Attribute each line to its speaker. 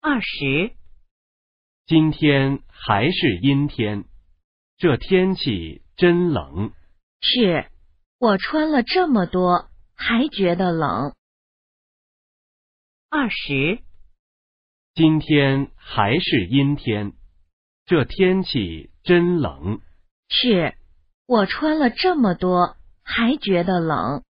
Speaker 1: 二十、
Speaker 2: 今天还是阴天，这天气真冷。
Speaker 1: 是我穿了这么多，还觉得冷。二十、
Speaker 2: 今天还是阴天，这天气真冷。
Speaker 1: 是我穿了这么多，还觉得冷。